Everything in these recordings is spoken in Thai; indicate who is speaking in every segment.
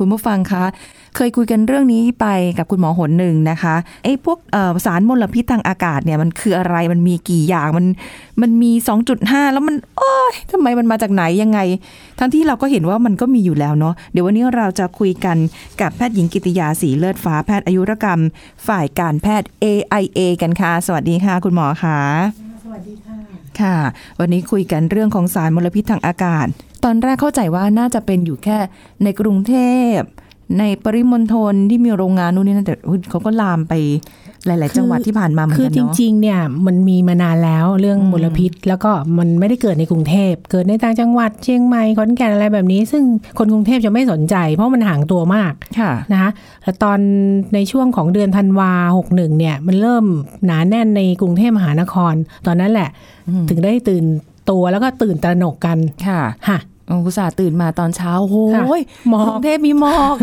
Speaker 1: คุณผู้ฟังคะ เคยคุยกันเรื่องนี้ไปกับคุณหมอหนหนึ่งนะคะไอ้พวกเอ่อสารมลพิษทางอากาศเนี่ยมันคืออะไรมันมีกี่อย่างมันมันมี 2.5 แล้วมันโอ้ยทำไมมันมาจากไหนยังไง ทั้งที่เราก็เห็นว่ามันก็มีอยู่แล้วเนาะเดี๋ยววันนี้เราจะคุยกันกับแพทย์หญิงกิติยาสีเลือดฟ้าแพทย์อายุรกรรม ฝ่ายการแพทย์ AIA กันค่ะ สวัสดีค่ะ คุณหมอค่ะ
Speaker 2: สวัสดีค่ะ
Speaker 1: ค่ะ วันนี้คุยกันเรื่องของสารมลพิษทางอากาศ ตอนแรกเข้าใจว่าน่าจะเป็นอยู่แค่ในกรุงเทพ ในปริมณฑลที่มีโรงงานนู่นนี่นั่นแต่อุ๊ยเขาก็ลามไปหลายๆ
Speaker 2: คือ
Speaker 1: จังหวัดที่ผ่านมาเหมือน
Speaker 2: คือ
Speaker 1: กัน
Speaker 2: จ
Speaker 1: เนาะ
Speaker 2: ริงๆ เนี่ยมันมีมานานแล้วเรื่อง
Speaker 1: อืม
Speaker 2: มลพิษ แล้วก็มันไม่ได้เกิดในกรุงเทพ เกิดในต่างจังหวัดเชียงใหม่ขอนแก่นอะไรแบบนี้ ซึ่งคนกรุงเทพจะไม่สนใจ เพราะมันห่างตัวมาก
Speaker 1: ค่ะ
Speaker 2: นะคะแล้วตอนในช่วงของเดือนธันวาหกหนึ่งเนี่ยมันเริ่มหนาแน่นในกรุงเทพมหานคร ตอนนั้นแหละ
Speaker 1: อืม
Speaker 2: ถึงได้ตื่นตัวแล้วก็ตื่นตระหนกกัน
Speaker 1: ค่ะ
Speaker 2: ค่ะ
Speaker 1: อุตส่าห์ตื่นมาตอนเช้าโอ้โห
Speaker 2: ค่ะ
Speaker 1: ย
Speaker 2: หมอก
Speaker 1: กรุงเทพมีหมอก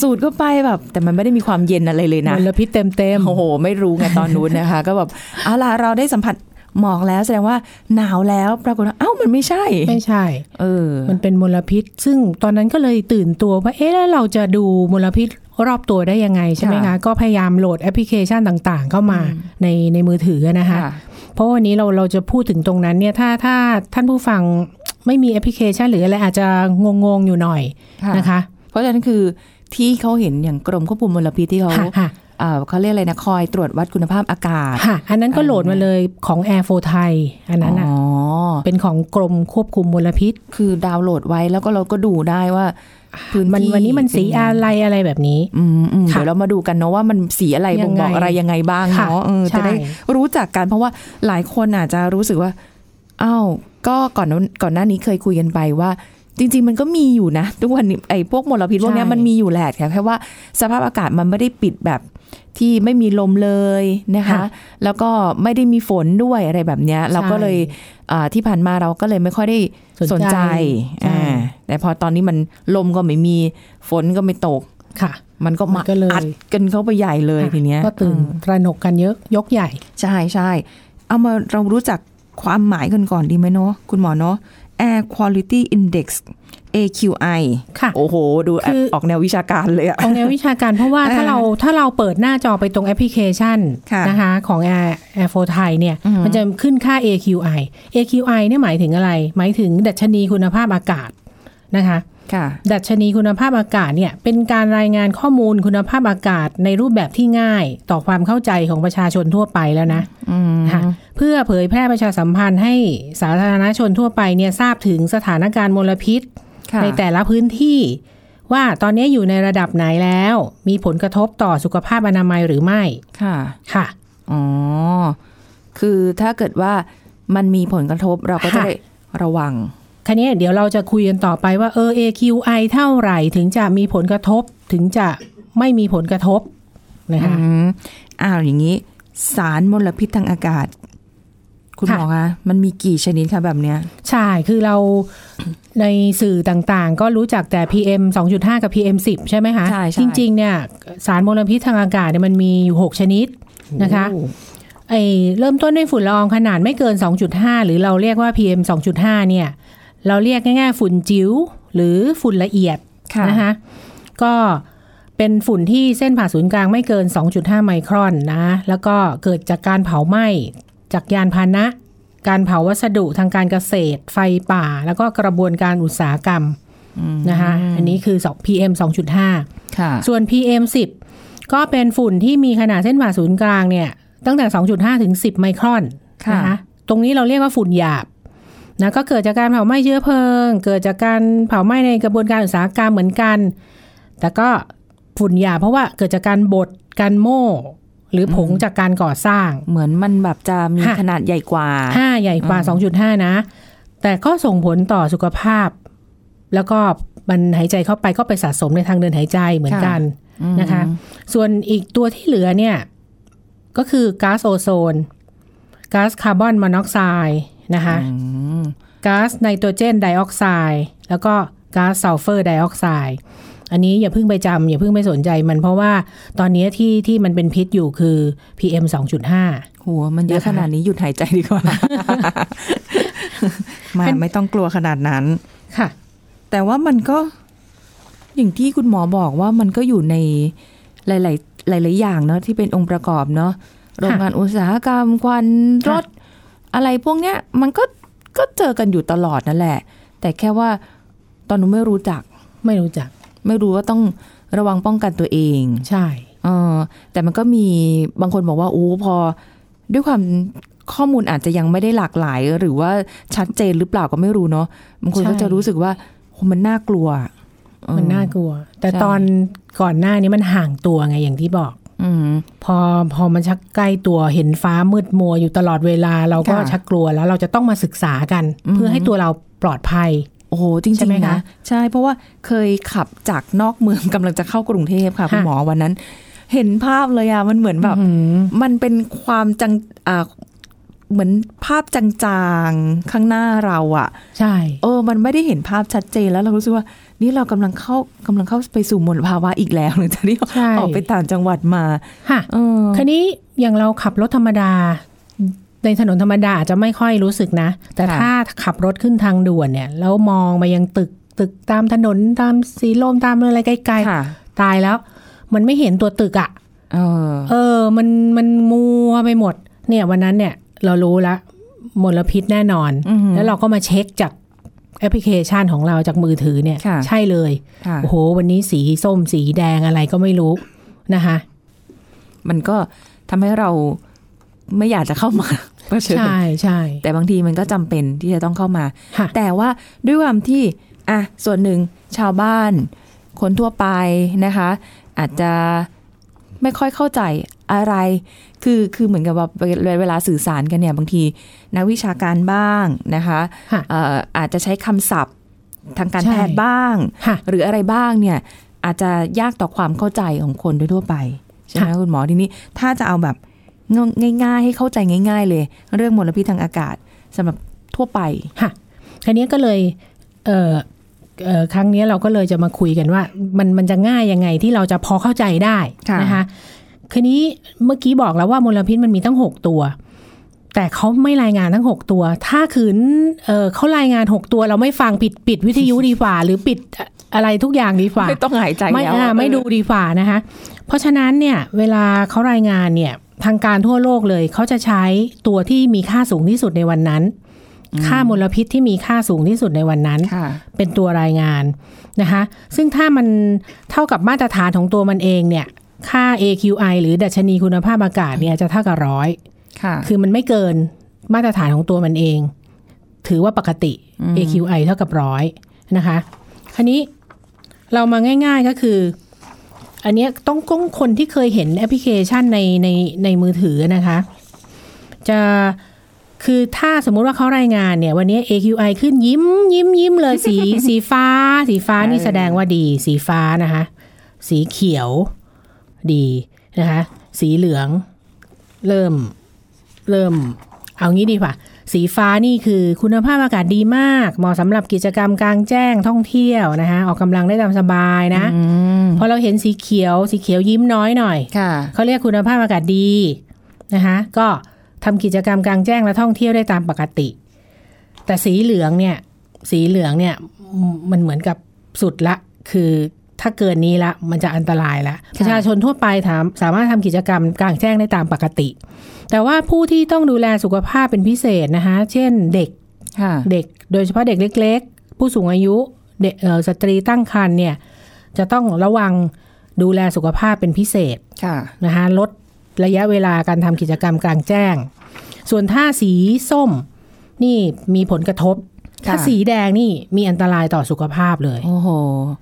Speaker 1: สูดเข้าไปแบบ แต่มันไม่ได้มีความเย็นอะไรเลยนะ
Speaker 2: มลพิษเต็มเต็มๆ
Speaker 1: โอ้โห ไม่รู้ไงตอนนู้นนะคะ ก็แบบเอาล่ะเราได้สัมผัสหมอกแล้วแสดงว่าหนาวแล้วปรากฏว่าเอ้ามันไม่ใช่
Speaker 2: ไม่ใช่
Speaker 1: เออ
Speaker 2: มันเป็นมลพิษ ซึ่งตอนนั้นก็เลยตื่นตัวว่า เอ๊ะแล้วเราจะดูมลพิษรอบตัวได้ยังไงใช่ไหมคะ
Speaker 1: ค่ะ
Speaker 2: ก็พยายามโหลดแอปพลิเคชันต่างๆ เข้ามา
Speaker 1: อืม
Speaker 2: ในในมือถือนะคะ เพราะวันนี้เราเราจะพูดถึงตรงนั้นเนี่ย ถ้าถ้าท่านผู้ฟังไม่มีแอปพลิเคชันหรืออะไรอาจจะงงๆอยู่หน่อย
Speaker 1: ค่ะ
Speaker 2: นะคะ
Speaker 1: เพราะฉะนั้นคือที่เขาเห็นอย่างกรมควบคุมมลพิษที่เขา
Speaker 2: ค่ะค่ะ
Speaker 1: เอ่อเขาเรียกอะไรนะ คอยตรวจวัดคุณภาพอากาศ
Speaker 2: ค่ะ อันนั้นก็โหลดมาเลยของ Air 4 ไทย อันนั้นอ่ะ
Speaker 1: อ๋อ
Speaker 2: เป็นของกรมควบคุมมลพิษ
Speaker 1: คือดาวน์โหลดไว้แล้วก็เราก็ดูได้ว่าพื้น
Speaker 2: มัน
Speaker 1: ที่
Speaker 2: วันนี้มันสี
Speaker 1: เป็ยั
Speaker 2: อะ
Speaker 1: งไง
Speaker 2: ไรอะไรแบบนี้
Speaker 1: อืมอืม
Speaker 2: ค่ะ
Speaker 1: เดี๋ยวเรามาดูกันเนาะว่ามันสีอะไร
Speaker 2: ยั
Speaker 1: บ่ง
Speaker 2: งไง
Speaker 1: บอกอะไรยังไงบ้าง
Speaker 2: ค่ะ
Speaker 1: เนาะเออ
Speaker 2: ใช่
Speaker 1: จะได้รู้จักกันเพราะว่าหลายคนอาจจะรู้สึกว่าอ้าวก็ก่อนนั้นก่อนหน้านี้เคยคุยกันไปว่า จริง ๆ มันก็มีอยู่นะทุกวันนี้ไอ้พวกมลพิษพวกเนี้ยมันมีอยู่แหละแต่แค่ว่า สภาพอากาศมันไม่ได้ปิดแบบที่ไม่มีลมเลยนะคะ
Speaker 2: ค่ะ
Speaker 1: แล้วก็ไม่ได้มีฝนด้วยอะไรแบบเนี้ย เราก็เลยอ่าที่ผ่านมาเราก็เลยไม่ค่อยได้ สนใจ
Speaker 2: ใช่
Speaker 1: อ่าแต่พอตอนนี้มันลมก็ไม่มี ฝนก็ไม่ตก
Speaker 2: ค่ะ
Speaker 1: มันก็
Speaker 2: มั
Speaker 1: มาน
Speaker 2: ก็เลย
Speaker 1: อัดกันเข้าไปใหญ่เลยทีเนี้ย
Speaker 2: ก็ตื่น
Speaker 1: เออ
Speaker 2: ตระหนกกันเยอะยกใหญ่
Speaker 1: ใช่ใช่ เอามาเรารู้จักความหมายกันก่อนดีไหมเนาะคุณหมอเนาะ Air Quality Index AQI
Speaker 2: ค่ะ
Speaker 1: โอ้โห ดู
Speaker 2: คือ
Speaker 1: ออกแนววิชาการเลยอะ
Speaker 2: ของแนววิชาการเพราะว่า
Speaker 1: เออ
Speaker 2: ถ้าเราถ้าเราเปิดหน้าจอไปตรงแอปพลิเคชัน
Speaker 1: ค่ะ
Speaker 2: นะคะของ Air Air 4 Thai เนี่ย
Speaker 1: อืม
Speaker 2: มันจะขึ้นค่า AQI AQI เนี่ยหมายถึงอะไร หมายถึงดัชนีคุณภาพอากาศนะคะ
Speaker 1: ค่ะ
Speaker 2: ดัชนีคุณภาพอากาศเนี่ยเป็นการรายงานข้อมูลคุณภาพอากาศในรูปแบบที่ง่ายต่อความเข้าใจของประชาชนทั่วไปแล้วนะ
Speaker 1: อืม
Speaker 2: ค่ะเพื่อเผยแพร่ประชาสัมพันธ์ให้สาธารณชนทั่วไปเนี่ยทราบถึงสถานการณ์มลพิษ
Speaker 1: ค่ะ
Speaker 2: ในแต่ละพื้นที่ ว่าตอนนี้อยู่ในระดับไหนแล้ว มีผลกระทบต่อสุขภาพอนามัยหรือไม่
Speaker 1: ค่ะ
Speaker 2: ค่ะ
Speaker 1: อ๋อ คือถ้าเกิดว่ามันมีผลกระทบเราก็จะ
Speaker 2: ค่ะ
Speaker 1: ได้ระวัง
Speaker 2: คันนี้เดี๋ยวเราจะคุยกันต่อไปว่าเออ AQI เท่าไหร่ถึงจะมีผลกระทบถึงจะไม่มีผลกระทบนะคะ
Speaker 1: อืมอ้าวอย่างนี้ สารมลพิษทางอากาศ คุณหมอคะมันมีกี่ชนิดคะแบบเนี้ย
Speaker 2: ใช่คือเรา ในสื่อต่างๆ ก็รู้จักแต่ PM 2.5 กับ PM 10 ใช่ไหมคะ
Speaker 1: ใช่ใช่
Speaker 2: จริงๆเนี่ยสารมลพิษทางอากาศเนี่ยมันมีอยู่ 6 ชนิดนะคะ
Speaker 1: โอ้โห
Speaker 2: ไอเริ่มต้นด้วยฝุ่นละอองขนาดไม่เกิน 2.5 หรือเราเรียกว่า PM 2.5 เนี่ย เราเรียกง่ายๆ ฝุ่นจิ๋วหรือฝุ่นละเอียด
Speaker 1: ค่ะ
Speaker 2: นะคะก็เป็นฝุ่นที่เส้นผ่าศูนย์กลางไม่เกิน 2.5 ไมครอนนะ แล้วก็เกิดจากการเผาไหม้จากยานพาหนะ การเผาวัสดุทางการเกษตร ไฟป่า แล้วก็กระบวนการอุตสาหกรรมนะคะอันนี้คือ2 PM 2.5
Speaker 1: ค่ะ
Speaker 2: ส่วน PM 10 ก็เป็นฝุ่นที่มีขนาดเส้นผ่าศูนย์กลางเนี่ย ตั้งแต่ 2.5 ถึง 10 ไมครอน
Speaker 1: ค่ะ
Speaker 2: นะคะตรงนี้เราเรียกว่าฝุ่นหยาบนะก็เกิดจากการเผาไหม้เชื้อเพลิง เกิดจากการเผาไหม้ในกระบวนการอุตสาหกรรมเหมือนกัน แต่ก็ฝุ่นหยาบเพราะว่าเกิดจากการบดการโม่ หรือผง
Speaker 1: อืม
Speaker 2: จากการก่อสร้าง
Speaker 1: เหมือนมันแบบจะมี
Speaker 2: ค่ะ
Speaker 1: ขนาดใหญ่กว่า
Speaker 2: 5 ใหญ่กว่า
Speaker 1: อืม
Speaker 2: 2.5 นะ แต่ก็ส่งผลต่อสุขภาพ แล้วก็มันหายใจเข้าไปก็ไปสะสมในทางเดินหายใจเหมือนกัน
Speaker 1: อืม
Speaker 2: นะคะ ส่วนอีกตัวที่เหลือเนี่ย ก็คือก๊าซโอโซนก๊าซคาร์บอนมอนอกไซด์นะคะ
Speaker 1: อืม
Speaker 2: ก๊าซไนโตรเจนไดออกไซด์แล้วก็ก๊าซซัลเฟอร์ไดออกไซด์อันนี้อย่าเพิ่งไปจำอย่าเพิ่งไปสนใจมันเพราะว่าตอนนี้ที่ที่มันเป็นพิษอยู่คือ PM 2.5
Speaker 1: หัวมันเยอะ
Speaker 2: นะคะ
Speaker 1: ขนาดนี้หยุดหายใจดีกว่า ไมาไม่ต้องกลัวขนาดนั้น
Speaker 2: ค่ะ
Speaker 1: แต่ว่ามันก็ อย่างที่คุณหมอบอกว่ามันก็อยู่ในหลาย ๆ หลาย ๆ อย่างเนาะที่เป็นองค์ประกอบเนาะโรงงานอุตสาหกรรมควันรถ อะไรพวกเนี้ยมันก็ก็เจอกันอยู่ตลอดนั่นแหละ แต่แค่ว่าตอนนู้นไม่รู้จัก
Speaker 2: ไม่รู้จัก
Speaker 1: ไม่รู้ว่าต้องระวังป้องกันตัวเอง
Speaker 2: ใช่
Speaker 1: เออแต่มันก็มีบางคนบอกว่าโอ้พอ ด้วยความข้อมูลอาจจะยังไม่ได้หลากหลาย หรือว่าชัดเจนหรือเปล่าก็ไม่รู้เนาะบางคน
Speaker 2: ใช่
Speaker 1: ก็จะรู้สึกว่าโหมันน่ากลัวเออ
Speaker 2: มันน่ากลัว แต่
Speaker 1: ใช่
Speaker 2: ตอนก่อนหน้านี้มันห่างตัวไงอย่างที่บอก
Speaker 1: อืม
Speaker 2: พอพอมันชักใกล้ตัวเห็นฟ้ามืดมัวอยู่ตลอดเวลาเราก็
Speaker 1: ค่ะ
Speaker 2: ชักกลัวแล้วเราจะต้องมาศึกษากัน
Speaker 1: อืม
Speaker 2: เพื่อให้ตัวเราปลอดภัย
Speaker 1: โอ้โหจริ
Speaker 2: ใช่ไหม
Speaker 1: งๆ
Speaker 2: คะ
Speaker 1: นะใช่เพราะว่าเคยขับจากนอกเมือง กำลังจะเข้ากรุงเทพค่ะ คุณ
Speaker 2: ค่ะ
Speaker 1: หมอวันนั้น เห็นภาพเลยอะมันเหมือนแบบ
Speaker 2: อืม
Speaker 1: มันเป็นความจังอ่าเหมือนภาพจางๆ ข้างหน้าเราอะ
Speaker 2: ใช่
Speaker 1: เออ มันไม่ได้เห็นภาพชัดเจนแล้วเรารู้สึกว่า นี่เรากำลังเข้ากำลังเข้าไปสู่มลภาวะอีกแล้วหลังจากที่
Speaker 2: ใช่
Speaker 1: ออกไปต่างจังหวัดมา
Speaker 2: ค่ะ
Speaker 1: เออ
Speaker 2: คันนี้อย่างเราขับรถธรรมดา ในถนนธรรมดาอาจจะไม่ค่อยรู้สึกนะ แต่ถ้าขับรถขึ้นทางด่วนเนี่ยแล้วมองมายังตึกตึกตามถนนตามสีลมตามอะไรใกล้
Speaker 1: ค่ะ
Speaker 2: ๆตายแล้ว มันไม่เห็นตัวตึกอ่ะ
Speaker 1: เออ
Speaker 2: เออ มัน มันมัวไปหมด เนี่ยวันนั้นเนี่ย เรารู้ละมลพิษแน่นอน
Speaker 1: อือหือ
Speaker 2: แล้วเราก็มาเช็คจากแอปพลิเคชันของเราจากมือถือเนี่ย
Speaker 1: ค่ะ
Speaker 2: ใช่เลย
Speaker 1: ค่ะ
Speaker 2: โอ้โห วันนี้สีส้มสีแดงอะไรก็ไม่รู้นะคะ
Speaker 1: มันก็ทำให้เราไม่อยากจะเข้ามา ก็เชิญ
Speaker 2: ใช่ใช่
Speaker 1: แต่บางทีมันก็จำเป็นที่จะต้องเข้ามา
Speaker 2: ค่ะ
Speaker 1: แต่ว่าด้วยความที่อ่ะส่วนหนึ่งชาวบ้าน คนทั่วไปนะคะ อาจจะไม่ค่อยเข้าใจอะไร คือคือเหมือนกับว่าเวเวลาสื่อสารกันเนี่ยบางทีนักวิชาการบ้างนะคะ
Speaker 2: ค่ะ
Speaker 1: เอ่ออาจจะใช้คำศัพท์ทางการ
Speaker 2: ใช่
Speaker 1: แพทย์บ้าง
Speaker 2: ค่ะ
Speaker 1: หรืออะไรบ้างเนี่ย อาจจะยากต่อความเข้าใจของคนโดยทั่วไป ใช่ไหมคุณหมอทีนี้ถ้าจะเอาแบบง่ายๆ ให้เข้าใจง่าย ๆ เลย เรื่องมลพิษทางอากาศสำหรับทั่วไป
Speaker 2: ค่ะคราวนี้ก็เลยเอ่อเอ่อครั้งนี้เราก็เลยจะมาคุยกันว่า มันมันจะง่ายยังไงที่เราจะพอเข้าใจได้
Speaker 1: ค่ะ
Speaker 2: นะคะคืนนี้เมื่อกี้บอกแล้วว่ามลพิษมันมีตั้งหกตัว แต่เขาไม่รายงานทั้งหกตัว ถ้าขืนเอ่อเขารายงานหกตัว เราไม่ฟังปิดปิดวิทยุดีกว่า หรือปิดอะไรทุกอย่างดีกว่า
Speaker 1: ไม่ต้องหายใจ
Speaker 2: ไม่
Speaker 1: แล้ว
Speaker 2: อ่าไม่ดูดีฝ่านะคะ เพราะฉะนั้นเนี่ยเวลาเขารายงานเนี่ยทางการทั่วโลกเลยเขาจะใช้ตัวที่มีค่าสูงที่สุดในวันนั้น ค่ามลพิษที่มีค่าสูงที่สุดในวันนั้น
Speaker 1: ค่ะ
Speaker 2: เป็นตัวรายงานนะคะ ซึ่งถ้ามันเท่ากับมาตรฐานของตัวมันเองเนี่ยค่า AQI หรือดัชนีคุณภาพอากาศเนี่ยจะเท่ากับร้อย
Speaker 1: ค่ะ
Speaker 2: คือมันไม่เกินมาตรฐานของตัวมันเอง ถือว่าปกติ AQI เท่ากับร้อยนะคะ คราวนี้เรามาง่ายๆก็คือ อันเนี้ยต้องก้องคนที่เคยเห็นแอปพลิเคชันในในในมือถือนะคะ จะคือถ้าสมมุติว่าเขารายงานเนี่ยวันนี้ AQI ขึ้นยิ้มยิ้มยิ้มเลยสี สีฟ้า สีฟ้านี่
Speaker 1: เออ
Speaker 2: แสดงว่าดี สีฟ้านะคะ สีเขียวดีนะคะ สีเหลือง เริ่ม เริ่ม เอางี้ดีกว่า สีฟ้านี่คือคุณภาพอากาศดีมาก เหมาะสำหรับกิจกรรมกลางแจ้งท่องเที่ยวนะคะ ออกกำลังได้ตามสบายนะ
Speaker 1: อืม
Speaker 2: พอเราเห็นสีเขียว สีเขียวยิ้มน้อยหน่อย
Speaker 1: ค่ะ
Speaker 2: เขาเรียกคุณภาพอากาศดีนะคะก็ทำกิจกรรมกลางแจ้งและท่องเที่ยวได้ตามปกติ แต่สีเหลืองเนี่ย สีเหลืองเนี่ยมมันเหมือนกับสุดละ คือถ้าเกินนี้ละมันจะอันตรายละ
Speaker 1: ค่ะ
Speaker 2: ประชาชนทั่วไปถามสามารถทำกิจกรรมกลางแจ้งได้ตามปกติ แต่ว่าผู้ที่ต้องดูแลสุขภาพเป็นพิเศษนะคะเช่นเด็ก
Speaker 1: ค่ะ
Speaker 2: เด็กโดยเฉพาะเด็กเล็ก ๆ ผู้สูงอายุเด็กเอ่อสตรีตั้งครรภ์เนี่ยจะต้องระวังดูแลสุขภาพเป็นพิเศษ
Speaker 1: ค่ะ
Speaker 2: นะคะลดระยะเวลาการทำกิจกรรมกลางแจ้ง ส่วนถ้าสีส้มนี่มีผลกระทบ
Speaker 1: ค่ะ
Speaker 2: ถ้าสีแดงนี่มีอันตรายต่อสุขภาพเลย
Speaker 1: โอ้โห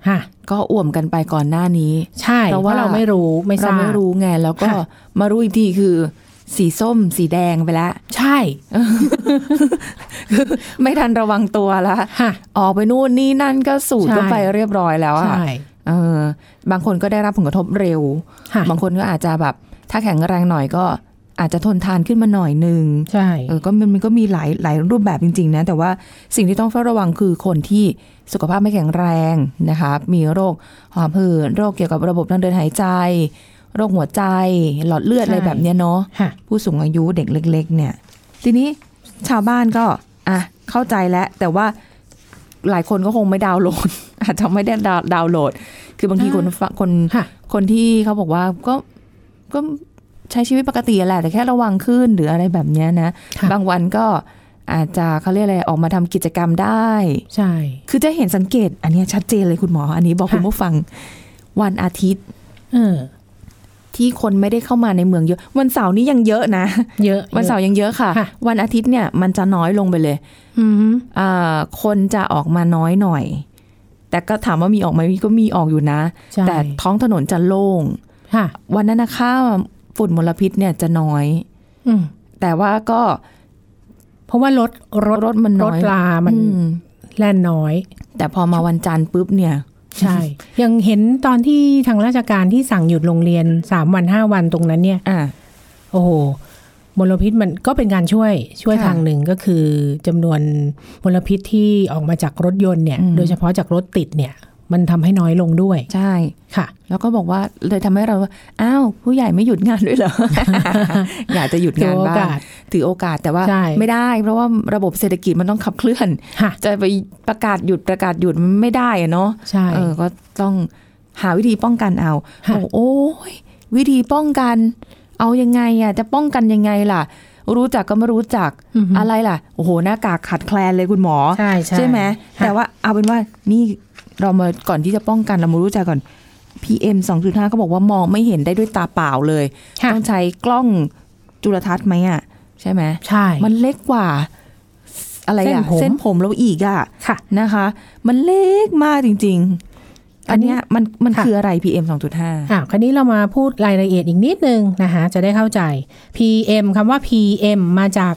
Speaker 2: ค่ะ
Speaker 1: ก็อ่วมกันไปก่อนหน้านี้
Speaker 2: ใช่
Speaker 1: เพ
Speaker 2: เพ
Speaker 1: ราะ
Speaker 2: ราะ
Speaker 1: ว่า
Speaker 2: ว่าเราไม่รู้ไม่ท
Speaker 1: เรา
Speaker 2: ราบ
Speaker 1: ไม่รู้ไงแล้วก็
Speaker 2: ค่ะ
Speaker 1: มารู้อีกทีคือ สีส้ม สีแดงไปแล้ว
Speaker 2: ใช่
Speaker 1: ไม่ทันระวังตัวละ
Speaker 2: ค่ะ
Speaker 1: ออกไปนู่นนี่นั่นก็สูด
Speaker 2: ใช่
Speaker 1: ก็ไปเรียบร้อยแล้วอ่ะ
Speaker 2: ใช่
Speaker 1: เออบางคนก็ได้รับผลกระทบเร็ว
Speaker 2: ค่ะ
Speaker 1: บางคนก็อาจจะแบบ ถ้าแข็งแรงหน่อยก็อาจจะทนทานขึ้นมาหน่อยนึง
Speaker 2: ใช่
Speaker 1: เออก็มันมันก็มีหลายหลายรูปแบบจริง ๆ นะ แต่ว่าสิ่งที่ต้องเฝ้าระวังคือคนที่สุขภาพไม่แข็งแรงนะคะ มีโรคหอบหืดโรคเกี่ยวกับระบบทางเดินหายใจ โรคหัวใจ หลอดเลือดอะไรแบบเนี้ยเนาะ
Speaker 2: ค่ะ
Speaker 1: ผู้สูงอายุเด็กเล็ก ๆ เนี่ย ทีนี้ชาวบ้านก็อ่ะเข้ าใจแล้ว แต่ว่าหลายคนก็คงไม่ดาวน์โหลด อาจจะไม่ได้ดาวน์ดาวน์โหลด คือบางทีคนฟังคน
Speaker 2: ค่ะ
Speaker 1: คนที่เขาบอกว่าก็ก็ใช้ชีวิตปกติแหละแต่แค่ระวังขึ้นหรืออะไรแบบเนี้ยนะ
Speaker 2: ค่ะ
Speaker 1: บางวันก็อาจจะเขาเรียกอะไรออกมาทำกิจกรรมได้
Speaker 2: ใช่
Speaker 1: คือจะเห็นสังเกต อันเนี้ยชัดเจนเลยคุณหมอ อันนี้บอก
Speaker 2: ค่ะ
Speaker 1: คุณผู้ฟังวันอาทิตย์
Speaker 2: เออ
Speaker 1: ที่คนไม่ได้เข้ามาในเมืองเยอะ วันเสาร์นี้ยังเยอะนะ
Speaker 2: เยอะ
Speaker 1: วันเสาร์ยังเยอะค่ะ
Speaker 2: ค่ะ
Speaker 1: วันอาทิตย์เนี่ยมันจะน้อยลงไปเลย
Speaker 2: อืม
Speaker 1: อ่าคนจะออกมาน้อยหน่อย แต่ก็ถามว่ามีออกไหมก็มีออกอยู่นะ
Speaker 2: ใช่
Speaker 1: แต่ท้องถนนจะโล่ง
Speaker 2: ค่ะ
Speaker 1: วันนั้นนะค่าฝุ่นมลพิษเนี่ยจะน้อย
Speaker 2: อืม
Speaker 1: แต่ว่าก็
Speaker 2: เพราะว่ารถรถ
Speaker 1: รถมัน
Speaker 2: ร
Speaker 1: น้
Speaker 2: ถ
Speaker 1: อย
Speaker 2: ลามัน
Speaker 1: อืม
Speaker 2: แล่นน้อย
Speaker 1: แต่พอมาวันจันทร์ปุ๊บเนี่ย
Speaker 2: ใช่ ยังเห็นตอนที่ทางราชการที่สั่งหยุดโรงเรียนสามวันห้าวันตรงนั้นเนี่ย
Speaker 1: อ่ะ
Speaker 2: โอ้โหมลพิษมันก็เป็นการช่วยช่วย
Speaker 1: ค่ะ
Speaker 2: ทางหนึ่งก็คือจำนวนมลพิษที่ออกมาจากรถยนต์เนี่ย
Speaker 1: อืม
Speaker 2: โดยเฉพาะจากรถติดเนี่ย มันทำให้น้อยลงด้วย
Speaker 1: ใช่
Speaker 2: ค่ะ
Speaker 1: แล้วก็บอกว่าเลยทำให้เราว่าอ้าวผู้ใหญ่ไม่หยุดงานด้วย เหรอ อยากจะหยุดงานบ้างถือโอกาสแต่ว่า
Speaker 2: ใช่
Speaker 1: ไม่ได้ เพราะว่าระบบเศรษฐกิจมันต้องขับเคลื่อน
Speaker 2: ค่ะ
Speaker 1: จะไปประกาศหยุดประกาศหยุดมันไม่ได้อะเนาะ
Speaker 2: ใช่
Speaker 1: เออ ก็ต้องหาวิธีป้องกันเอา
Speaker 2: ค่ะ
Speaker 1: บอกโอ้ยวิธีป้องกัน เอายังไงอ่ะ จะป้องกันยังไงล่ะ รู้จักก็ไม่รู้จัก
Speaker 2: อือฮึ
Speaker 1: อะไรล่ะ โอ้โห หน้ากากขาดแคลนเลยคุณหมอ
Speaker 2: ใช่ใช่
Speaker 1: ใช่ไหม
Speaker 2: ค่ะ
Speaker 1: แต่ว่าเอาเป็นว่า นี่เรามาก่อนที่จะป้องกันเรามารู้จักก่อน PM 2.5ก็บอกว่ามองไม่เห็นได้ด้วยตาเปล่าเลย
Speaker 2: ค่ะ
Speaker 1: ต้องใช้กล้องจุลทรรศน์ไหมอ่ะ ใช่ไหม
Speaker 2: ใช่
Speaker 1: มันเล็กกว่า อะไร
Speaker 2: เส้น
Speaker 1: อ่ะ
Speaker 2: ผม
Speaker 1: เส้นผมเราอีกอ่ะ
Speaker 2: ค่ะ
Speaker 1: นะคะ มันเล็กมากจริง ๆ
Speaker 2: อั
Speaker 1: อัน
Speaker 2: นนี้
Speaker 1: เนี้ยมันมัน
Speaker 2: ค่ะ
Speaker 1: คืออะไร PM 2.5
Speaker 2: อ่ะคราวนี้เรามาพูดรายละเอียดอีกนิดนึงนะคะจะได้เข้าใจ PM คำว่า PM มาจาก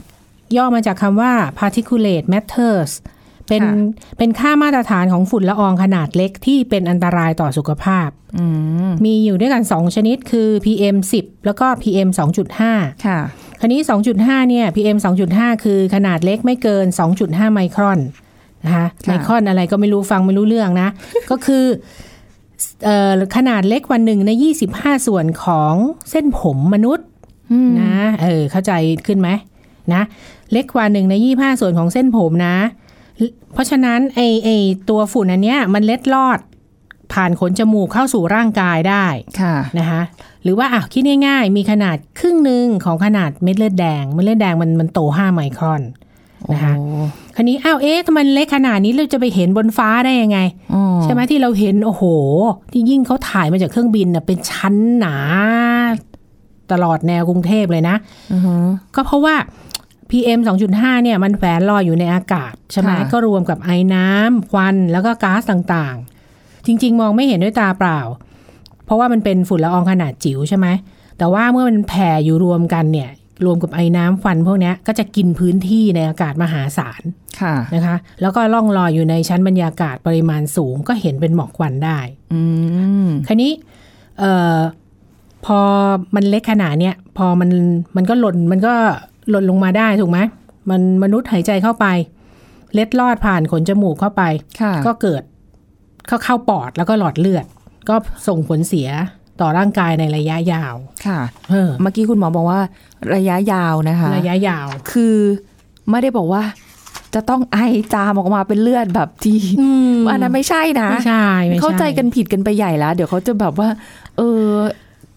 Speaker 2: ย่อมาจากคำว่า particulate matters เป็น
Speaker 1: ค่ะ
Speaker 2: เป็นค่ามาตรฐานของฝุ่นละอองขนาดเล็กที่เป็นอันตรายต่อสุขภาพ
Speaker 1: อืม
Speaker 2: มีอยู่ด้วยกัน 2 ชนิดคือ PM 10 แล้วก็ PM 2.5
Speaker 1: ค่ะ
Speaker 2: คราวนี้ 2.5 เนี่ย PM 2.5 คือขนาดเล็กไม่เกิน 2.5 ไมครอนนะคะ
Speaker 1: ค่ะ
Speaker 2: ไมครอนอะไรก็ไม่รู้ฟังไม่รู้เรื่องนะ ก็คือเอ่อขนาดเล็กวันหนึ่งใน 25 ส่วนของเส้นผมมนุษย์
Speaker 1: อืม
Speaker 2: นะเออเข้าใจขึ้นไหมนะเล็กกว่าหนึ่งใน 25 ส่วนของเส้นผมนะ เพราะฉะนั้นไอไอตัวฝุ่นอันเนี้ยมันเล็ดลอดผ่านขนจมูกเข้าสู่ร่างกายได้
Speaker 1: ค่ะ
Speaker 2: นะคะหรือว่าอ่ะคิดง่าย ๆ มีขนาดครึ่งหนึ่งของขนาดเม็ดเลือดแดง เม็ดเลือดแดงมันมันโตห้าไมครอน
Speaker 1: โอ้
Speaker 2: นะ
Speaker 1: โห
Speaker 2: คะ คันนี้อ้าวเอ๊ะทำไมมันเล็กขนาดนี้เราจะไปเห็นบนฟ้าได้ยังไง
Speaker 1: อ๋อ
Speaker 2: ใช่ไหมที่เราเห็น โอ้โห ที่ยิ่งเขาถ่ายมาจากเครื่องบินน่ะเป็นชั้นหนา ตลอดแนวกรุงเทพเลยนะ
Speaker 1: อือฮึ
Speaker 2: ก็เพราะว่า PM 2.5 เนี่ยมันแฝงลอยอยู่ในอากาศ ใช่ไหม
Speaker 1: ค่ะ
Speaker 2: ก็รวมกับไอน้ำควันแล้วก็ก๊าซต่างๆ จริง ๆ มองไม่เห็นด้วยตาเปล่า เพราะว่ามันเป็นฝุ่นละอองขนาดจิ๋วใช่ไหม แต่ว่าเมื่อมันแผ่อยู่รวมกันเนี่ย รวมกับไอน้ำควันพวกเนี้ยก็จะกินพื้นที่ในอากาศมหาศาล
Speaker 1: ค่ะ
Speaker 2: นะคะ แล้วก็ล่องลอยอยู่ในชั้นบรรยากาศปริมาณสูงก็เห็นเป็นหมอกควันได้
Speaker 1: อืม
Speaker 2: คราวนี้เอ่อพอมันเล็กขนาดเนี้ยพอมันมันก็หล่นมันก็หล่นลงมาได้ถูกไหมมันมนุษย์หายใจเข้าไป เล็ดลอดผ่านขนจมูกเข้าไป
Speaker 1: ค่ะ
Speaker 2: ก็เกิดเข้าเข้าปอดแล้วก็หลอดเลือด ก็ส่งผลเสียต่อร่างกายในระยะยาว
Speaker 1: ค่ะ
Speaker 2: เออ
Speaker 1: เมื่อกี้คุณหมอบอกว่าระยะยาวนะคะ
Speaker 2: ระยะยาว
Speaker 1: คือไม่ได้บอกว่า จะต้องไอจามออกมาเป็นเลือดแบบที่อันนั้นไม่ใช่นะ
Speaker 2: ไม่ใช่ไม่ช่
Speaker 1: เข้าใจกันผิดกันไปใหญ่แล้ว เดี๋ยวเขาจะแบบว่า เออ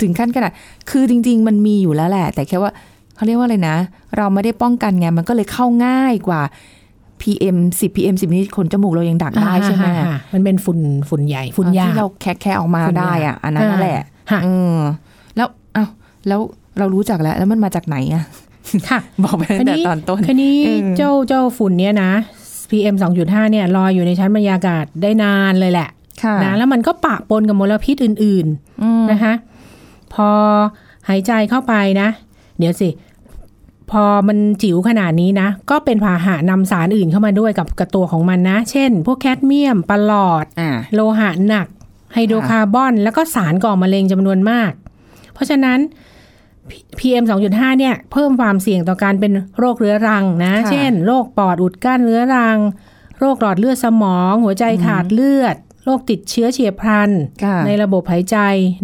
Speaker 1: ถึงขั้นขนาด คือจริง ๆ มันมีอยู่แล้วแหละ แต่แค่ว่าเขาเรียกว่าอะไรนะ เราไม่ได้ป้องกันไง มันก็เลยเข้าง่ายกว่า PM 10 PM 10นี้ขนจมูกเรายังดักได้ใช่ไหม
Speaker 2: อ่าฮะฮะฮะมันเป็นฝุ่นฝุ่นใหญ่ฝุ่นยา
Speaker 1: ที่เรา
Speaker 2: ว
Speaker 1: แคะแคะออกมา
Speaker 2: ฝุ่นยา
Speaker 1: ได้อะอันนั้นนั่นแหละ
Speaker 2: ฮะ
Speaker 1: เออแล้วอ้าวแล้วเรารู้จักแล้ว แล้วมันมาจากไหนอะ
Speaker 2: ค่ะ
Speaker 1: บอกไปตั้งแต่ตอนต้น
Speaker 2: คันนี้
Speaker 1: เออ
Speaker 2: เจ้าเจ้าฝุ่นเนี้ยนะ PM 2.5 เนี่ยลอยอยู่ในชั้นบรรยากาศได้นานเลยแหละ
Speaker 1: ค่ะ
Speaker 2: นะแล้วมันก็ปะปนกับมลพิษอื่น
Speaker 1: อืม
Speaker 2: ๆนะคะ พอหายใจเข้าไปนะ เดี๋ยวสิ พอมันจิ๋วขนาดนี้นะ ก็เป็นพาหะนำสารอื่นเข้ามาด้วยกับกับตัวของมันนะ เช่น พวกแคดเมียมปลอด
Speaker 1: อ่า
Speaker 2: โลหะหนัก ไฮโดรคาร์บอน แล้วก็สารก่อมะเร็งจำนวนมาก เพราะฉะนั้น P- PM 2.5 เนี่ย เพิ่มความเสี่ยงต่อการเป็นโรคเรื้อรังนะ
Speaker 1: ค่ะ
Speaker 2: เช่น โรคปอดอุดกั้นเรื้อรัง โรคหลอดเลือดสมอง หัวใจขาดเลือด โรคติดเชื้อเฉียบพลัน
Speaker 1: ค่ะ
Speaker 2: ในระบบหายใจ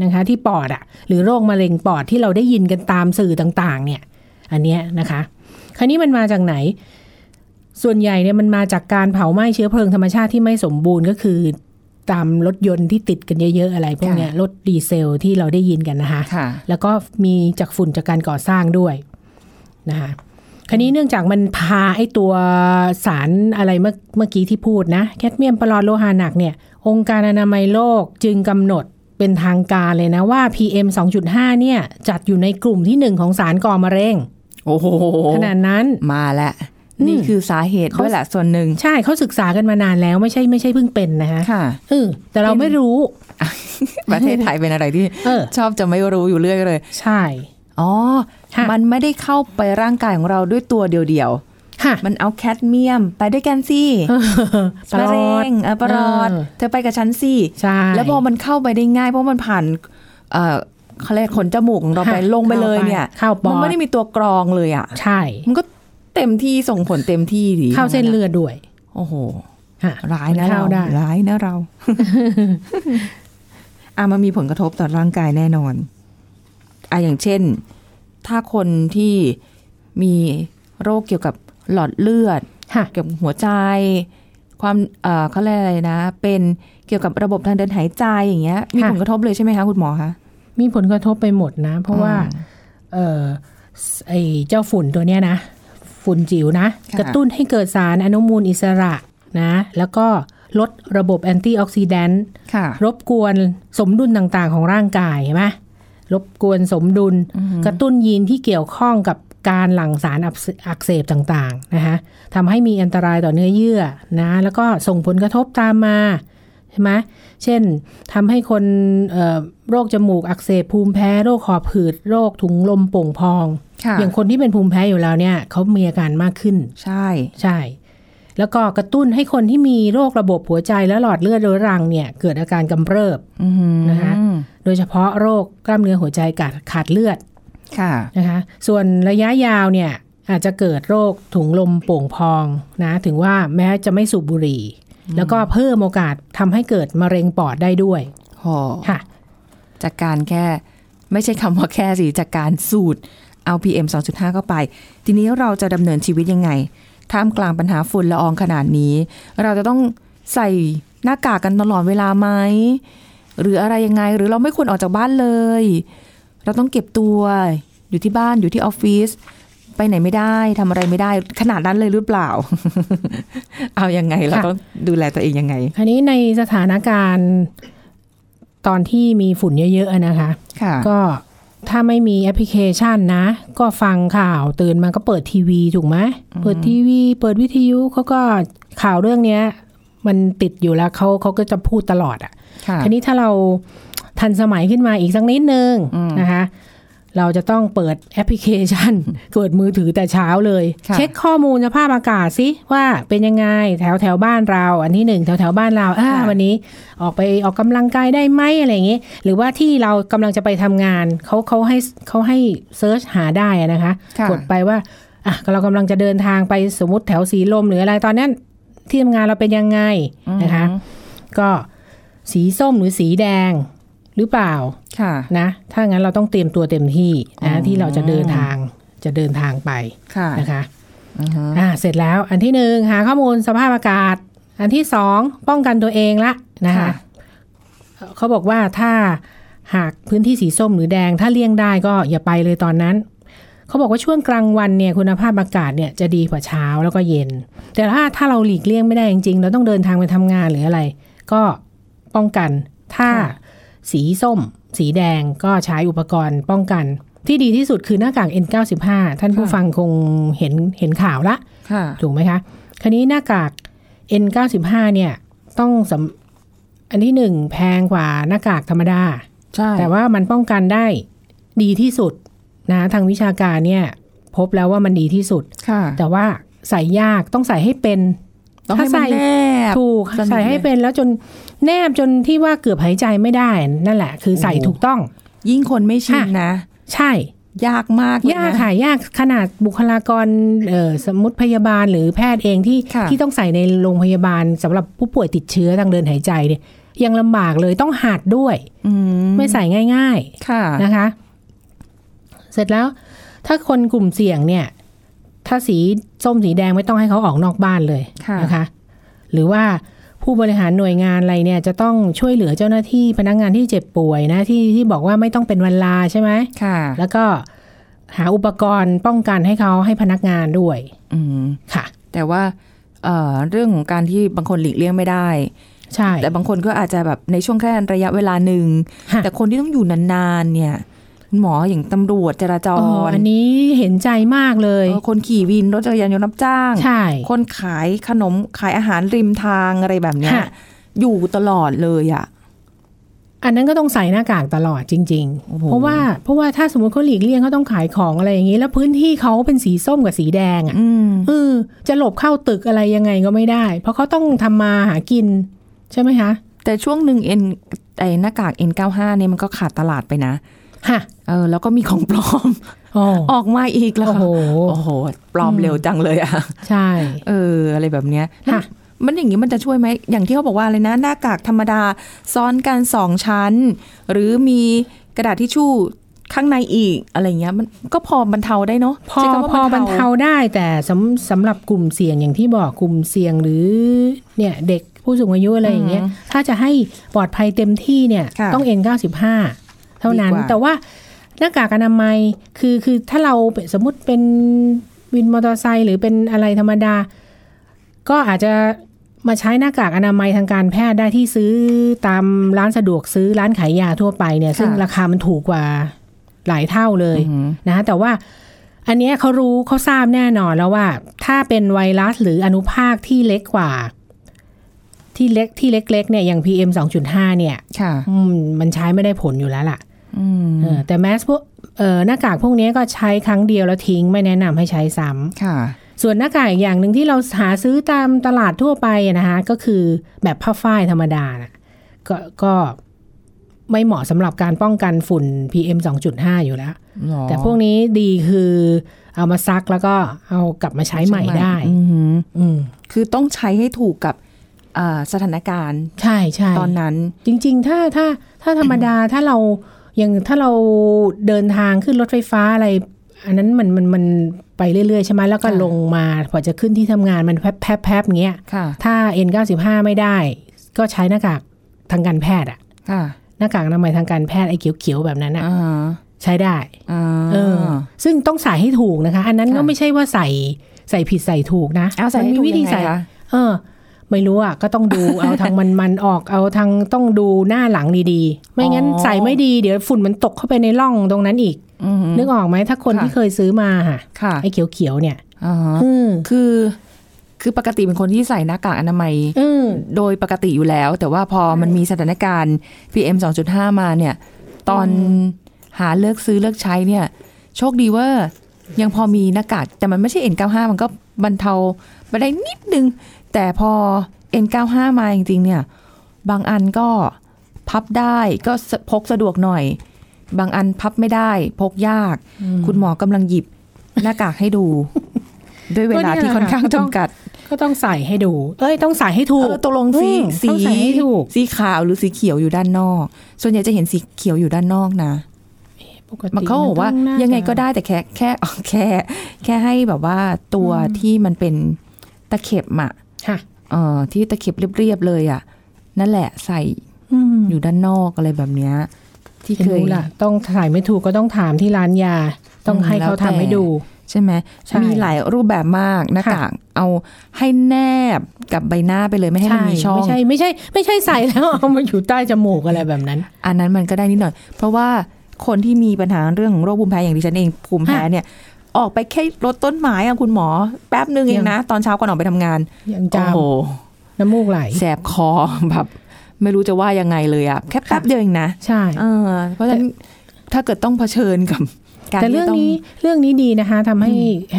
Speaker 2: นะคะ ที่ปอดอะหรือโรคมะเร็งปอดที่เราได้ยินกันตามสื่อต่าง ๆ เนี่ย อันเนี้ยนะคะ คราวนี้มันมาจากไหน ส่วนใหญ่เนี่ยมันมาจากการเผาไหม้เชื้อเพลิงธรรมชาติที่ไม่สมบูรณ์ก็คือ ตามรถยนต์ที่ติดกันเยอะ ๆ อะไรพวกเนี้ยรถดีเซลที่เราได้ยินกันนะคะ
Speaker 1: ค่ะ
Speaker 2: แล้วก็มีจากฝุ่นจากการก่อสร้างด้วยนะคะคันนี้เนื่องจากมันพาไอตัวสารอะไรเมื่อเมื่อกี้ที่พูดนะ แคดเมียมปรอดโลหะหนักเนี่ย องค์การอนามัยโลกจึงกำหนดเป็นทางการเลยนะว่า PM 2.5 เนี่ย จัดอยู่ในกลุ่มที่หนึ่งของสารก่อมะเร็ง
Speaker 1: โอ้โห
Speaker 2: ขนาดนั้น
Speaker 1: มาแล้ว
Speaker 2: อืม
Speaker 1: นี่คือสาเหตุ
Speaker 2: เขา
Speaker 1: ด้วยแหละส่วนหนึ่ง
Speaker 2: ใช่เขาศึกษากันมานานแล้วไม่ใช่ไม่ใช่เพิ่งเป็นนะคะ
Speaker 1: ค่ะ
Speaker 2: เออแต่เราไม่รู้
Speaker 1: ประเทศไทยเป็นอะไรที่
Speaker 2: เออ
Speaker 1: ชอบจะไม่รู้อยู่เรื่อยเลย
Speaker 2: ใช่
Speaker 1: อ๋อ
Speaker 2: ค่ะ
Speaker 1: มันไม่ได้เข้าไปร่างกายของเราด้วยตัวเดียว
Speaker 2: ค่ะ
Speaker 1: ๆ มันเอาแคดเมียมไปด้วยกันสิ
Speaker 2: ปร
Speaker 1: มะเร็
Speaker 2: อด
Speaker 1: งอ่ะประหลอด
Speaker 2: เออ
Speaker 1: เธอไปกับฉันสิ
Speaker 2: ใช่
Speaker 1: แล้วพอมันเข้าไปได้ง่าย เพราะมันผ่าน เอ่อเขาเรียกขนจมูกของเราไป
Speaker 2: ค่ะ
Speaker 1: ลงไปเลยเนี่ย
Speaker 2: เข้าปอ
Speaker 1: มั
Speaker 2: ด
Speaker 1: นไม่ได้มีตัวกรองเลยอ่ะ
Speaker 2: ใช่
Speaker 1: มันก็เต็มที่ส่งผลเต็มที่ดี
Speaker 2: เข้าเส้นเลือดด้วย
Speaker 1: โอ้โห
Speaker 2: ค่ะ
Speaker 1: ร้ายนะ
Speaker 2: มัน
Speaker 1: เรา
Speaker 2: เข้าได้
Speaker 1: ร้ายนะเรา อ่ะมันมีผลกระทบต่อร่างกายแน่นอนอ่ะอย่างเช่น ถ้าคนที่มีโรคเกี่ยวกับหลอดเลือด
Speaker 2: ค่ะ
Speaker 1: เกี่ยวกับหัวใจ ความเอ่อเขาเรียกอะไรนะ เป็นเกี่ยวกับระบบทางเดินหายใจอย่างเงี้ย มี
Speaker 2: ค่ะ
Speaker 1: ผลกระทบเลยใช่ไหมคะคุณหมอคะ
Speaker 2: มีผลกระทบไปหมดนะ เพราะว่า เออไอเจ้าฝุ่นตัวเนี้ยนะ ฝุ่นจิ๋วนะ
Speaker 1: ะ
Speaker 2: กระตุ้นให้เกิดสารอนุมูลอิสระนะ แล้วก็ลดระบบแอนตี้ออกซิแดนต์
Speaker 1: ค่ะ
Speaker 2: รบกวนสมดุลต่างๆของร่างกายเห็นไหมรบกวนสมดุล กระตุ้นยีนที่เกี่ยวข้องกับการหลั่งสารอักเสอักเสบต่างๆนะคะทำให้มีอันตรายต่อเนื้อเยื่อนะ แล้วก็ส่งผลกระทบตามมา ใช่ไหมเช่นทำให้คนเอ่อโรคจมูกอักเสบภูมิแพ้โรคหอบหืดโรคถุงลมโป่งพอง
Speaker 1: ค่ะ
Speaker 2: อย่างคนที่เป็นภูมิแพ้อยู่แล้วเนี่ยเขามีอาการมากขึ้น
Speaker 1: ใช่
Speaker 2: ใช่ แล้วก็กระตุ้นให้คนที่มีโรคระบบหัวใจและหลอดเลือดเรื้อรังเนี่ยเกิดอาการกำเริบ
Speaker 1: อือหือ
Speaker 2: นะคะ โดยเฉพาะโรคกล้ามเนื้อหัวใจขาดขาดเลือด
Speaker 1: ค่ะ
Speaker 2: นะคะส่วนระยะยาวเนี่ยอาจจะเกิดโรคถุงลมโป่งพองนะถึงว่าแม้จะไม่สูบบุหรี่ แล้วก็เพิ่มโอกาสทำให้เกิดมะเร็งปอดได้ด้วย
Speaker 1: หอ
Speaker 2: ค่ะ
Speaker 1: จากการแค่ไม่ใช่คำว่าแค่สิจากการสูตรเอา PM 2.5 เข้าไป ทีนี้เราจะดำเนินชีวิตยังไง ท่ามกลางปัญหาฝุ่นละอองขนาดนี้ เราจะต้องใส่หน้ากากกันตลอดเวลาไหม หรืออะไรยังไงหรือเราไม่ควรออกจากบ้านเลย เราต้องเก็บตัวอยู่ที่บ้านอยู่ที่ออฟฟิศไปไหนไม่ได้ทำอะไรไม่ได้ขนาดนั้นเลยหรือเปล่า เอายังไงเรา
Speaker 2: ค่ะ
Speaker 1: ต้องดูแลตัวเองยังไง
Speaker 2: คราวนี้ในสถานการณ์ตอนที่มีฝุ่นเยอะๆอะนะคะ
Speaker 1: ค่ะ
Speaker 2: ก็ถ้าไม่มีแอปพลิเคชันนะ ก็ฟังข่าวตื่นมาก็เปิดทีวีถูกไหมเปิดทีวี เปิดวิทยุเขาก็ข่าวเรื่องเนี้ย มันติดอยู่แล้วเขาเขาก็จะพูดตลอดอะ
Speaker 1: ค่ะ
Speaker 2: ทีนี้ถ้าเราทันสมัยขึ้นมาอีกสักนิดนึง
Speaker 1: อืม
Speaker 2: นะคะ เราจะต้องเปิดแอปพลิเคชัน เปิดมือถือแต่เช้าเลย
Speaker 1: ค่ะ
Speaker 2: เช็คข้อมูลสภาพอากาศสิว่าเป็นยังไงแถวแถวบ้านเรา อันที่หนึ่งแถวแถวบ้านเราอ่าวันนี้ออกไปออกกำลังกายได้ไหมอะไรอย่างนี้ หรือว่าที่เรากำลังจะไปทำงานเขาเขาให้เขาให้เซิร์ชหาได้อะนะคะ
Speaker 1: ค่ะ
Speaker 2: กดไปว่าอ่ะเรากำลังจะเดินทางไปสมมติแถวสีลมหรืออะไรตอนนั้น ที่ทำงานเราเป็นยังไงนะคะ ก็สีส้มหรือสีแดงหรือเปล่า
Speaker 1: ค่ะ
Speaker 2: นะ ถ้างั้นเราต้องเตรียมตัวเต็มที่
Speaker 1: อ๋
Speaker 2: นะ
Speaker 1: อ
Speaker 2: ที่เราจะเดินทางจะเดินทางไป
Speaker 1: ค่ะ
Speaker 2: นะคะ
Speaker 1: อือฮึ
Speaker 2: อ่าเสร็จแล้วอันที่หนึ่งหาข้อมูลสภาพอากาศ อันที่สองป้องกันตัวเองละนะคะ
Speaker 1: ค่ะ
Speaker 2: เขาบอกว่าถ้าหากพื้นที่สีส้มหรือแดง ถ้าเลี่ยงได้ก็อย่าไปเลยตอนนั้น เขาบอกว่าช่วงกลางวันเนี่ยคุณภาพอากาศเนี่ยจะดีกว่าเช้าแล้วก็เย็น แต่ถ้าถ้าเราหลีกเลี่ยงไม่ได้จริงๆ เราต้องเดินทางไปทำงานหรืออะไร ก็ป้องกัน ถ้า
Speaker 1: ค่ะ
Speaker 2: สีส้ม สีแดงก็ใช้อุปกรณ์ป้องกัน ที่ดีที่สุดคือหน้ากาก N95 ท่านผู้ฟังคงเห็นเห็นข่าวละ
Speaker 1: ค่ะ
Speaker 2: ถูกไหมคะ คราวนี้หน้ากาก N95 เนี่ยต้องสำอันที่หนึ่งแพงกว่าหน้ากากธรรมดา
Speaker 1: ใช่
Speaker 2: แต่ว่ามันป้องกันได้ดีที่สุดนะทางวิชาการเนี่ยพบแล้วว่ามันดีที่สุด
Speaker 1: ค่ะ
Speaker 2: แต่ว่าใส่ยากต้องใส่ให้เป็น
Speaker 1: ต้องให้
Speaker 2: ถ้า
Speaker 1: มั
Speaker 2: ใส่
Speaker 1: นแนบ
Speaker 2: ถูก
Speaker 1: สนิท
Speaker 2: ใส่ให้เป็นแล้วจนแนบจนที่ว่าเกือบหายใจไม่ได้นั่นแหละ คือใส่
Speaker 1: โอ้โห
Speaker 2: ถูกต้อง
Speaker 1: ยิ่งคนไม่ชิน
Speaker 2: ค่ะ
Speaker 1: นะ
Speaker 2: ใช่
Speaker 1: ยากมากเลย
Speaker 2: ยาก
Speaker 1: นะ
Speaker 2: ค่ะยากขนาดบุคลากรเอ่อสมมติพยาบาลหรือแพทย์เองที่
Speaker 1: ค่ะ
Speaker 2: ที่ต้องใส่ในโรงพยาบาลสำหรับผู้ป่วยติดเชื้อทางเดินหายใจเนี่ยยังลำบากเลยต้องหัดด้วย
Speaker 1: อืม
Speaker 2: ไม่ใส่ง่าย ๆ
Speaker 1: ค่ะ
Speaker 2: นะคะ เสร็จแล้วถ้าคนกลุ่มเสี่ยงเนี่ย ถ้าสีส้มสีแดงไม่ต้องให้เขาออกนอกบ้านเลย
Speaker 1: ค่ะ
Speaker 2: นะคะ หรือว่า ผู้บริหารหน่วยงานอะไรเนี่ยจะต้องช่วยเหลือเจ้าหน้าที่พนักงานที่เจ็บป่วยนะที่ที่บอกว่าไม่ต้องเป็นวันลาใช่ไหม
Speaker 1: ค่ะ
Speaker 2: แล้วก็หาอุปกรณ์ป้องกันให้เขาให้พนักงานด้วย
Speaker 1: อืม
Speaker 2: ค่ะ
Speaker 1: แต่ว่าเอ่อเรื่องของการที่บางคนหลีกเลี่ยงไม่ได้
Speaker 2: ใช่
Speaker 1: แต่บางคนก็อาจจะแบบในช่วงแค่ระยะเวลาหนึ่ง
Speaker 2: ค่ะ
Speaker 1: แต่คนที่ต้องอยู่นานๆเนี่ยคุณหมออย่างตำรวจจราจ
Speaker 2: อ๋อ
Speaker 1: ร
Speaker 2: อันนี้เห็นใจมากเลย
Speaker 1: เออคนขี่วินรถจักรยานยนต์รับจ้าง
Speaker 2: ใช่
Speaker 1: คนขายขนมขายอาหารริมทางอะไรแบบเนี้ย
Speaker 2: ค่ะ
Speaker 1: อยู่ตลอดเลยอะ
Speaker 2: อันนั้นก็ต้องใส่หน้ากากตลอดจริง
Speaker 1: โอ้
Speaker 2: ๆ
Speaker 1: โห
Speaker 2: เพราะว่าเพราะว่าถ้าสมมติเขาหลีกเลี่ยงเขาต้องขายของอะไรอย่างนี้ แล้วพื้นที่เขาเป็นสีส้มกับสีแดงอ่ะ
Speaker 1: อืม
Speaker 2: เออจะหลบเข้าตึกอะไรยังไงก็ไม่ได้ เพราะเขาต้องทำมาหากิน ใช่ไหมคะ
Speaker 1: แต่ช่วงหนึ่งเอ็นไอหน้ากาก N95 เนี่ยมันก็ขาดตลาดไปนะ
Speaker 2: ฮะ
Speaker 1: เออแล้วก็มีของปลอม
Speaker 2: โอ้
Speaker 1: ออกมาอีกแล้ว
Speaker 2: โอ้โห
Speaker 1: โอ้โหปลอม
Speaker 2: อืม
Speaker 1: เร็วจังเลยอะ
Speaker 2: ใช่
Speaker 1: เออ อะไรแบบเนี้ย
Speaker 2: ค่ะ
Speaker 1: มันอย่างนี้มันจะช่วยไหม อย่างที่เขาบอกว่าเลยนะ หน้ากากธรรมดาซ้อนกันสองชั้น หรือมีกระดาษทิชชู่ข้างในอีกอะไรเงี้ย มันก็พอบรรเทาได้เนาะ
Speaker 2: พอ
Speaker 1: ใช้คำว่า
Speaker 2: พอบรรเทาได้แต่สำสำหรับกลุ่มเสี่ยงอย่างที่บอกกลุ่มเสี่ยงหรือเนี่ยเด็กผู้สูงอายุอะไรอย่างเงี้ย
Speaker 1: ม
Speaker 2: ถ้าจะให้ปลอดภัยเต็มที่เนี่ย
Speaker 1: ค่ะ
Speaker 2: ต้อง N95 เท่านั้น
Speaker 1: ดีกว่า
Speaker 2: แต่ว่าหน้ากากอนามัยคือคือถ้าเราเป็นสมมติเป็นวินมอเตอร์ไซค์หรือเป็นอะไรธรรมดา ก็อาจจะมาใช้หน้ากากอนามัยทางการแพทย์ได้ที่ซื้อตามร้านสะดวกซื้อร้านขายยาทั่วไปเนี่ยซึ่ง
Speaker 1: ค่ะ
Speaker 2: ราคามันถูกกว่าหลายเท่าเลย
Speaker 1: อืม
Speaker 2: นะแต่ว่าอันเนี้ยเขารู้เขาทราบแน่นอนแล้วว่า ถ้าเป็นไวรัสหรืออนุภาคที่เล็กกว่า ที่เล็กที่เล็กๆเนี่ยอย่าง PM 2.5 เนี่ย
Speaker 1: ค่ะ
Speaker 2: อืมมันใช้ไม่ได้ผลอยู่แล้วล่ะ
Speaker 1: อืม
Speaker 2: เออแต่แมสพวกเอ่อหน้ากากพวกเนี้ยก็ใช้ครั้งเดียวแล้วทิ้งไม่แนะนำให้ใช้ซ้ำ
Speaker 1: ค่ะ
Speaker 2: ส่วนหน้ากากอีกอย่างหนึ่งที่เราหาซื้อตามตลาดทั่วไปอะนะคะก็คือแบบผ้าฝ้ายธรรมดานะก็ก็ไม่เหมาะสำหรับการป้องกันฝุ่น PM 2.5 อยู่แล้ว แต่พวกนี้ดีคือเอามาซักแล้วก็เอากลับมาใช้ใหม่ได้
Speaker 1: อืม
Speaker 2: อืม
Speaker 1: คือต้องใช้ให้ถูกกับอ่าสถานการณ์
Speaker 2: ใช่ใช่
Speaker 1: ตอนนั้น
Speaker 2: จริง ๆ ถ้าถ้าถ้าธรรมดาถ้าเรายังถ้าเราเดินทางขึ้นรถไฟฟ้าอะไร อันนั้นมันมันมันไปเรื่อยๆ ใช่ไหมแล้วก็
Speaker 1: ค่ะ
Speaker 2: ลงมาพอจะขึ้นที่ทำงานมันแพบแพบแพบๆๆเงี้ย
Speaker 1: ค่ะ
Speaker 2: ถ้า N95 ไม่ได้ ก็ใช้หน้ากากทางการแพทย์อะ
Speaker 1: ค่ะ
Speaker 2: หน้ากากอนามัยทางการแพทย์ไอ้เขียวๆแบบนั้นอะ
Speaker 1: อ่า
Speaker 2: ใช้ได้
Speaker 1: อ่า
Speaker 2: เออซึ่งต้องใส่ให้ถูกนะคะ อันนั้นก็
Speaker 1: ค่ะ
Speaker 2: ไม่ใช่ว่าใส่ใส่ผิดใส่ถูกนะ
Speaker 1: เอาใส่
Speaker 2: มัน
Speaker 1: ให้
Speaker 2: มี
Speaker 1: ถูก
Speaker 2: วิธี
Speaker 1: ยังไง
Speaker 2: ใส่
Speaker 1: คะ
Speaker 2: เออ ไม่รู้อ่ะก็ต้องดู เอาทางมันมันออกเอาทางต้องดูหน้าหลังดีๆ ไม่งั้นใส่ไม่ดีเดี๋ยวฝุ่นมันตกเข้าไปในร่องตรงนั้นอีก
Speaker 1: อืม
Speaker 2: นึกออกไหมถ้าคน
Speaker 1: ค่ะ
Speaker 2: ที่เคยซื้อมาค่ะ
Speaker 1: ค่ะ
Speaker 2: ไอ้เขียวๆเนี่ย
Speaker 1: อ่า
Speaker 2: เออ
Speaker 1: คือ คือปกติเป็นคนที่ใส่หน้ากากอนามัย
Speaker 2: เออ
Speaker 1: โดยปกติอยู่แล้ว แต่ว่าพอมันมีสถานการณ์ PM 2.5 มาเนี่ย ตอนหาเลือกซื้อเลือกใช้เนี่ย โชคดีว่ายังพอมีหน้ากากแต่มันไม่ใช่ N95 มันก็บรรเทาไปได้นิดนึง แต่พอ N95 มาจริงๆเนี่ย บางอันก็พับได้ก็พกสะดวกหน่อย บางอันพับไม่ได้พกยาก
Speaker 2: อืม
Speaker 1: คุณหมอกำลังหยิบหน้ากากให้ ดู ด้วยเวลาที่ค่อนข้างจำกัด
Speaker 2: ก็ต้องใส่ให้ดู เอ้ยต้องใส่ให้ถูก
Speaker 1: เออตกลงสี
Speaker 2: อืม
Speaker 1: สี
Speaker 2: ต้องใส่ให้ถูก
Speaker 1: สีขาวหรือสีเขียวอยู่ด้านนอก ส่วนใหญ่จะเห็นสีเขียวอยู่ด้านนอกนะ
Speaker 2: ปกติ
Speaker 1: มันเขาบอกว่า
Speaker 2: ต้อน่จะ
Speaker 1: ยังไงก็ได้แต่แค่แค่อ๋อแค่ แค่ให้แบบว่าตัวที่มันเป็นตะเข็บอะ
Speaker 2: ค่ะ
Speaker 1: เออที่ตะเข็บเรียบๆเลยอะนั่นแหละใส่
Speaker 2: อืม
Speaker 1: อยู่ด้านนอกอะไรแบบเนี้ยที่
Speaker 2: ไม่
Speaker 1: เคย
Speaker 2: รู้ล่ะ ต้องถ่ายไม่ถูกก็ต้องถามที่ร้านยา ต้อง
Speaker 1: อืม
Speaker 2: ให้เขา
Speaker 1: แล้วแต่
Speaker 2: ทำให้ดู
Speaker 1: ใช่ไหม
Speaker 2: ใช่
Speaker 1: มีหลายรูปแบบมากหน้า
Speaker 2: ค่ะ
Speaker 1: กากเอาให้แนบกับใบหน้าไปเลยไม่ให้มันมีช่อง
Speaker 2: ไม่ใช่ไม่ใช่ ไม่ใช่ใส่แล้ว เอามาอยู่ใต้จมูกอะไรแบบนั้น
Speaker 1: อันนั้นมันก็ได้นิดหน่อย เพราะว่าคนที่มีปัญหาเรื่องของโรคภูมิแพ้อย่างดิฉันเองภูมิแพ้เนี่ย ออกไปแค่รดต้นไม้อะคุณหมอ แป๊บหนึ่งเอ
Speaker 2: ยังง
Speaker 1: นะ ตอนเช้าก่อนออกไปทำงาน
Speaker 2: ยังจา
Speaker 1: โอ้
Speaker 2: ม
Speaker 1: โห
Speaker 2: น้ำมูกไหล
Speaker 1: แสบคอ แบบ ไม่รู้จะว่ายังไงเลยอะแค่แป๊บเดียวเองนะ
Speaker 2: ใช่
Speaker 1: เออเพราะฉะนั้นถ้าเกิดต้องเผชิญกับการ
Speaker 2: แต่เรื่อง
Speaker 1: ที่
Speaker 2: นี้เรื่องนี้ดีนะคะทำให้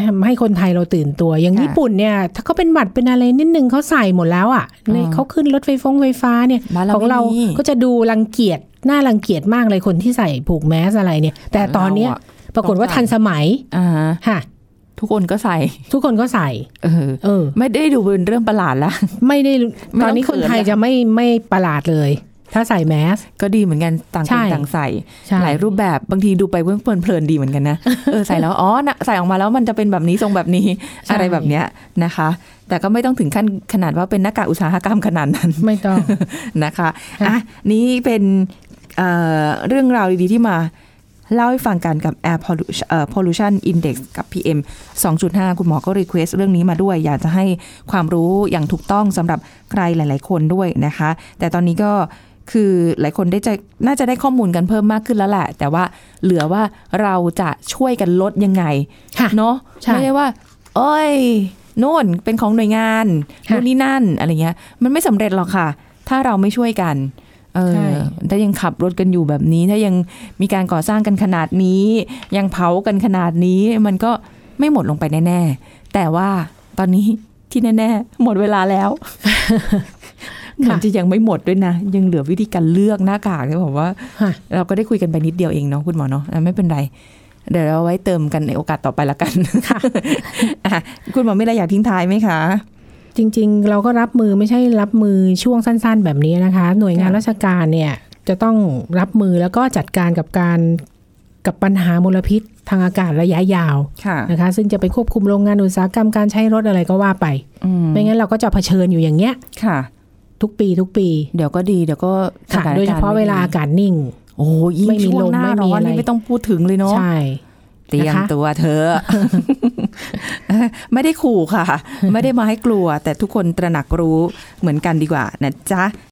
Speaker 2: ทำให้คนไทยเราตื่นตัว อย่าง
Speaker 1: ค่ะ
Speaker 2: ญี่ปุ่นเนี่ย ถ้าเขาเป็นหวัดเป็นอะไรนิดนึงเขาใส่หมดแล้วอ่ะใน
Speaker 1: อ๋อ
Speaker 2: เขาขึ้นรถไฟฟงไฟฟ้าเนี่ย
Speaker 1: บ้น
Speaker 2: ของเรา
Speaker 1: ไม่มี
Speaker 2: ก็จะดูรังเกียจหน้ารังเกียจมากเลยคนที่ใส่ผูกแมสอะไรเนี่ย แต่ตอนเนี้ย
Speaker 1: ราะ
Speaker 2: ปรากฏว่าทันสมัย
Speaker 1: อ่าฮะ
Speaker 2: ค่ะ
Speaker 1: ทุกคนก็ใส่
Speaker 2: ทุกคนก็ใส่
Speaker 1: เออ
Speaker 2: เออ
Speaker 1: ไม่ได้ดูเป็นเรื่องประหลาดละ
Speaker 2: ไม่ได้
Speaker 1: ไม่ต้อง
Speaker 2: ตอนนี้คนไทย
Speaker 1: เขินละ
Speaker 2: จะไม่ไม่ประหลาดเลย ถ้าใส่แมส
Speaker 1: ก็ดีเหมือนกันต่าง
Speaker 2: ใช่
Speaker 1: คนต่างใส่
Speaker 2: ใช่
Speaker 1: หลายรูปแบบบางทีดูไปเพื่อนเพลินๆดีเหมือนกัน นะเออใส่แล้วอ๋อนะใส่ออกมาแล้วมันจะเป็นแบบนี้ทรงแบบนี้ อะไรแบบเนี้ยนะคะ แต่ก็ไม่ต้องถึงขั้นขนาดว่าเป็นหน้ากากอุตสาหกรรมขนาดนั้น
Speaker 2: ไม่ต้อง
Speaker 1: นะคะ
Speaker 2: ค่ะ
Speaker 1: อ่ะนี่เป็นเอ่อเรื่องราวดี ๆ ที่มาเล่าให้ฟังกันกับ Air Pollution- เอ่อ Pollution Index กับ PM 2.5 คุณหมอก็ Request เรื่องนี้มาด้วย อยากจะให้ความรู้อย่างถูกต้องสำหรับใครหลาย ๆ คนด้วยนะคะ แต่ตอนนี้ก็คือหลายคนได้จะน่าจะได้ข้อมูลกันเพิ่มมากขึ้นแล้วแหละ แต่ว่าเหลือว่าเราจะช่วยกันลดยังไง
Speaker 2: ค่ะ
Speaker 1: เนาะ
Speaker 2: ใช่
Speaker 1: ไม่ได้ว่า เอ้ยโน่นเป็นของหน่วยงาน
Speaker 2: ค่ะ
Speaker 1: นู่นนี่นั่นอะไรเงี้ย มันไม่สำเร็จหรอกค่ะ ถ้าเราไม่ช่วยกัน เอ
Speaker 2: ใช่
Speaker 1: อถ้ายังขับรถกันอยู่แบบนี้ ถ้ายังมีการก่อสร้างกันขนาดนี้ ยังเผากันขนาดนี้ มันก็ไม่หมดลงไปแน่ๆ แต่ว่าตอนนี้ที่แน่ๆ หมดเวลา แล้วเหมือนจะยังไม่หมดด้วยนะ ยังเหลือวิธีการเลือกหน้ากากที่บอกว่า
Speaker 2: ค่ะ
Speaker 1: เราก็ได้คุยกันไปนิดเดียวเองเนาะคุณหมอเนาะอ่ะไม่เป็นไร เดี๋ยวเราไว้เติมกันในโอกาสต่อไปละกันค่ะคุณ หมอไม่ได้อยากทิ้งท้ายไหมคะ
Speaker 2: จริงๆ เราก็รับมือไม่ใช่รับมือช่วงสั้นๆ แบบนี้นะคะ หน่วยงาน
Speaker 1: ค่ะ
Speaker 2: ราชการเนี่ยจะต้องรับมือแล้วก็จัดการกับการกับปัญหามลพิษทางอากาศระยะยาว
Speaker 1: ค่ะ
Speaker 2: นะคะ ซึ่งจะไปควบคุมโรงงานอุตสาหกรรมการใช้รถอะไรก็ว่าไป
Speaker 1: อืม
Speaker 2: ไม่งั้นเราก็จะเผชิญอยู่อย่างเงี้ย
Speaker 1: ค่ะ
Speaker 2: ทุกปีทุกปี
Speaker 1: เดี๋ยวก็ดีเดี๋ยวก็
Speaker 2: ค่ะ
Speaker 1: สถนกรณ์
Speaker 2: โดยเฉพาะเวลาอากาศนิ่ง
Speaker 1: โอ้โหยิ่ง
Speaker 2: ไม่มี
Speaker 1: ช่วง
Speaker 2: ลม
Speaker 1: หน้า
Speaker 2: ไม่มี
Speaker 1: ร้อน
Speaker 2: อะไร
Speaker 1: นี่ไม่ต้องพูดถึงเลยเนาะ
Speaker 2: ใช่
Speaker 1: เตรียม
Speaker 2: นะคะ
Speaker 1: ตัวเธอะ ไม่ได้ขู่ค่ะ ไม่ได้มาให้กลัว แต่ทุกคนตระหนักรู้เหมือนกันดีกว่านะจ๊ะ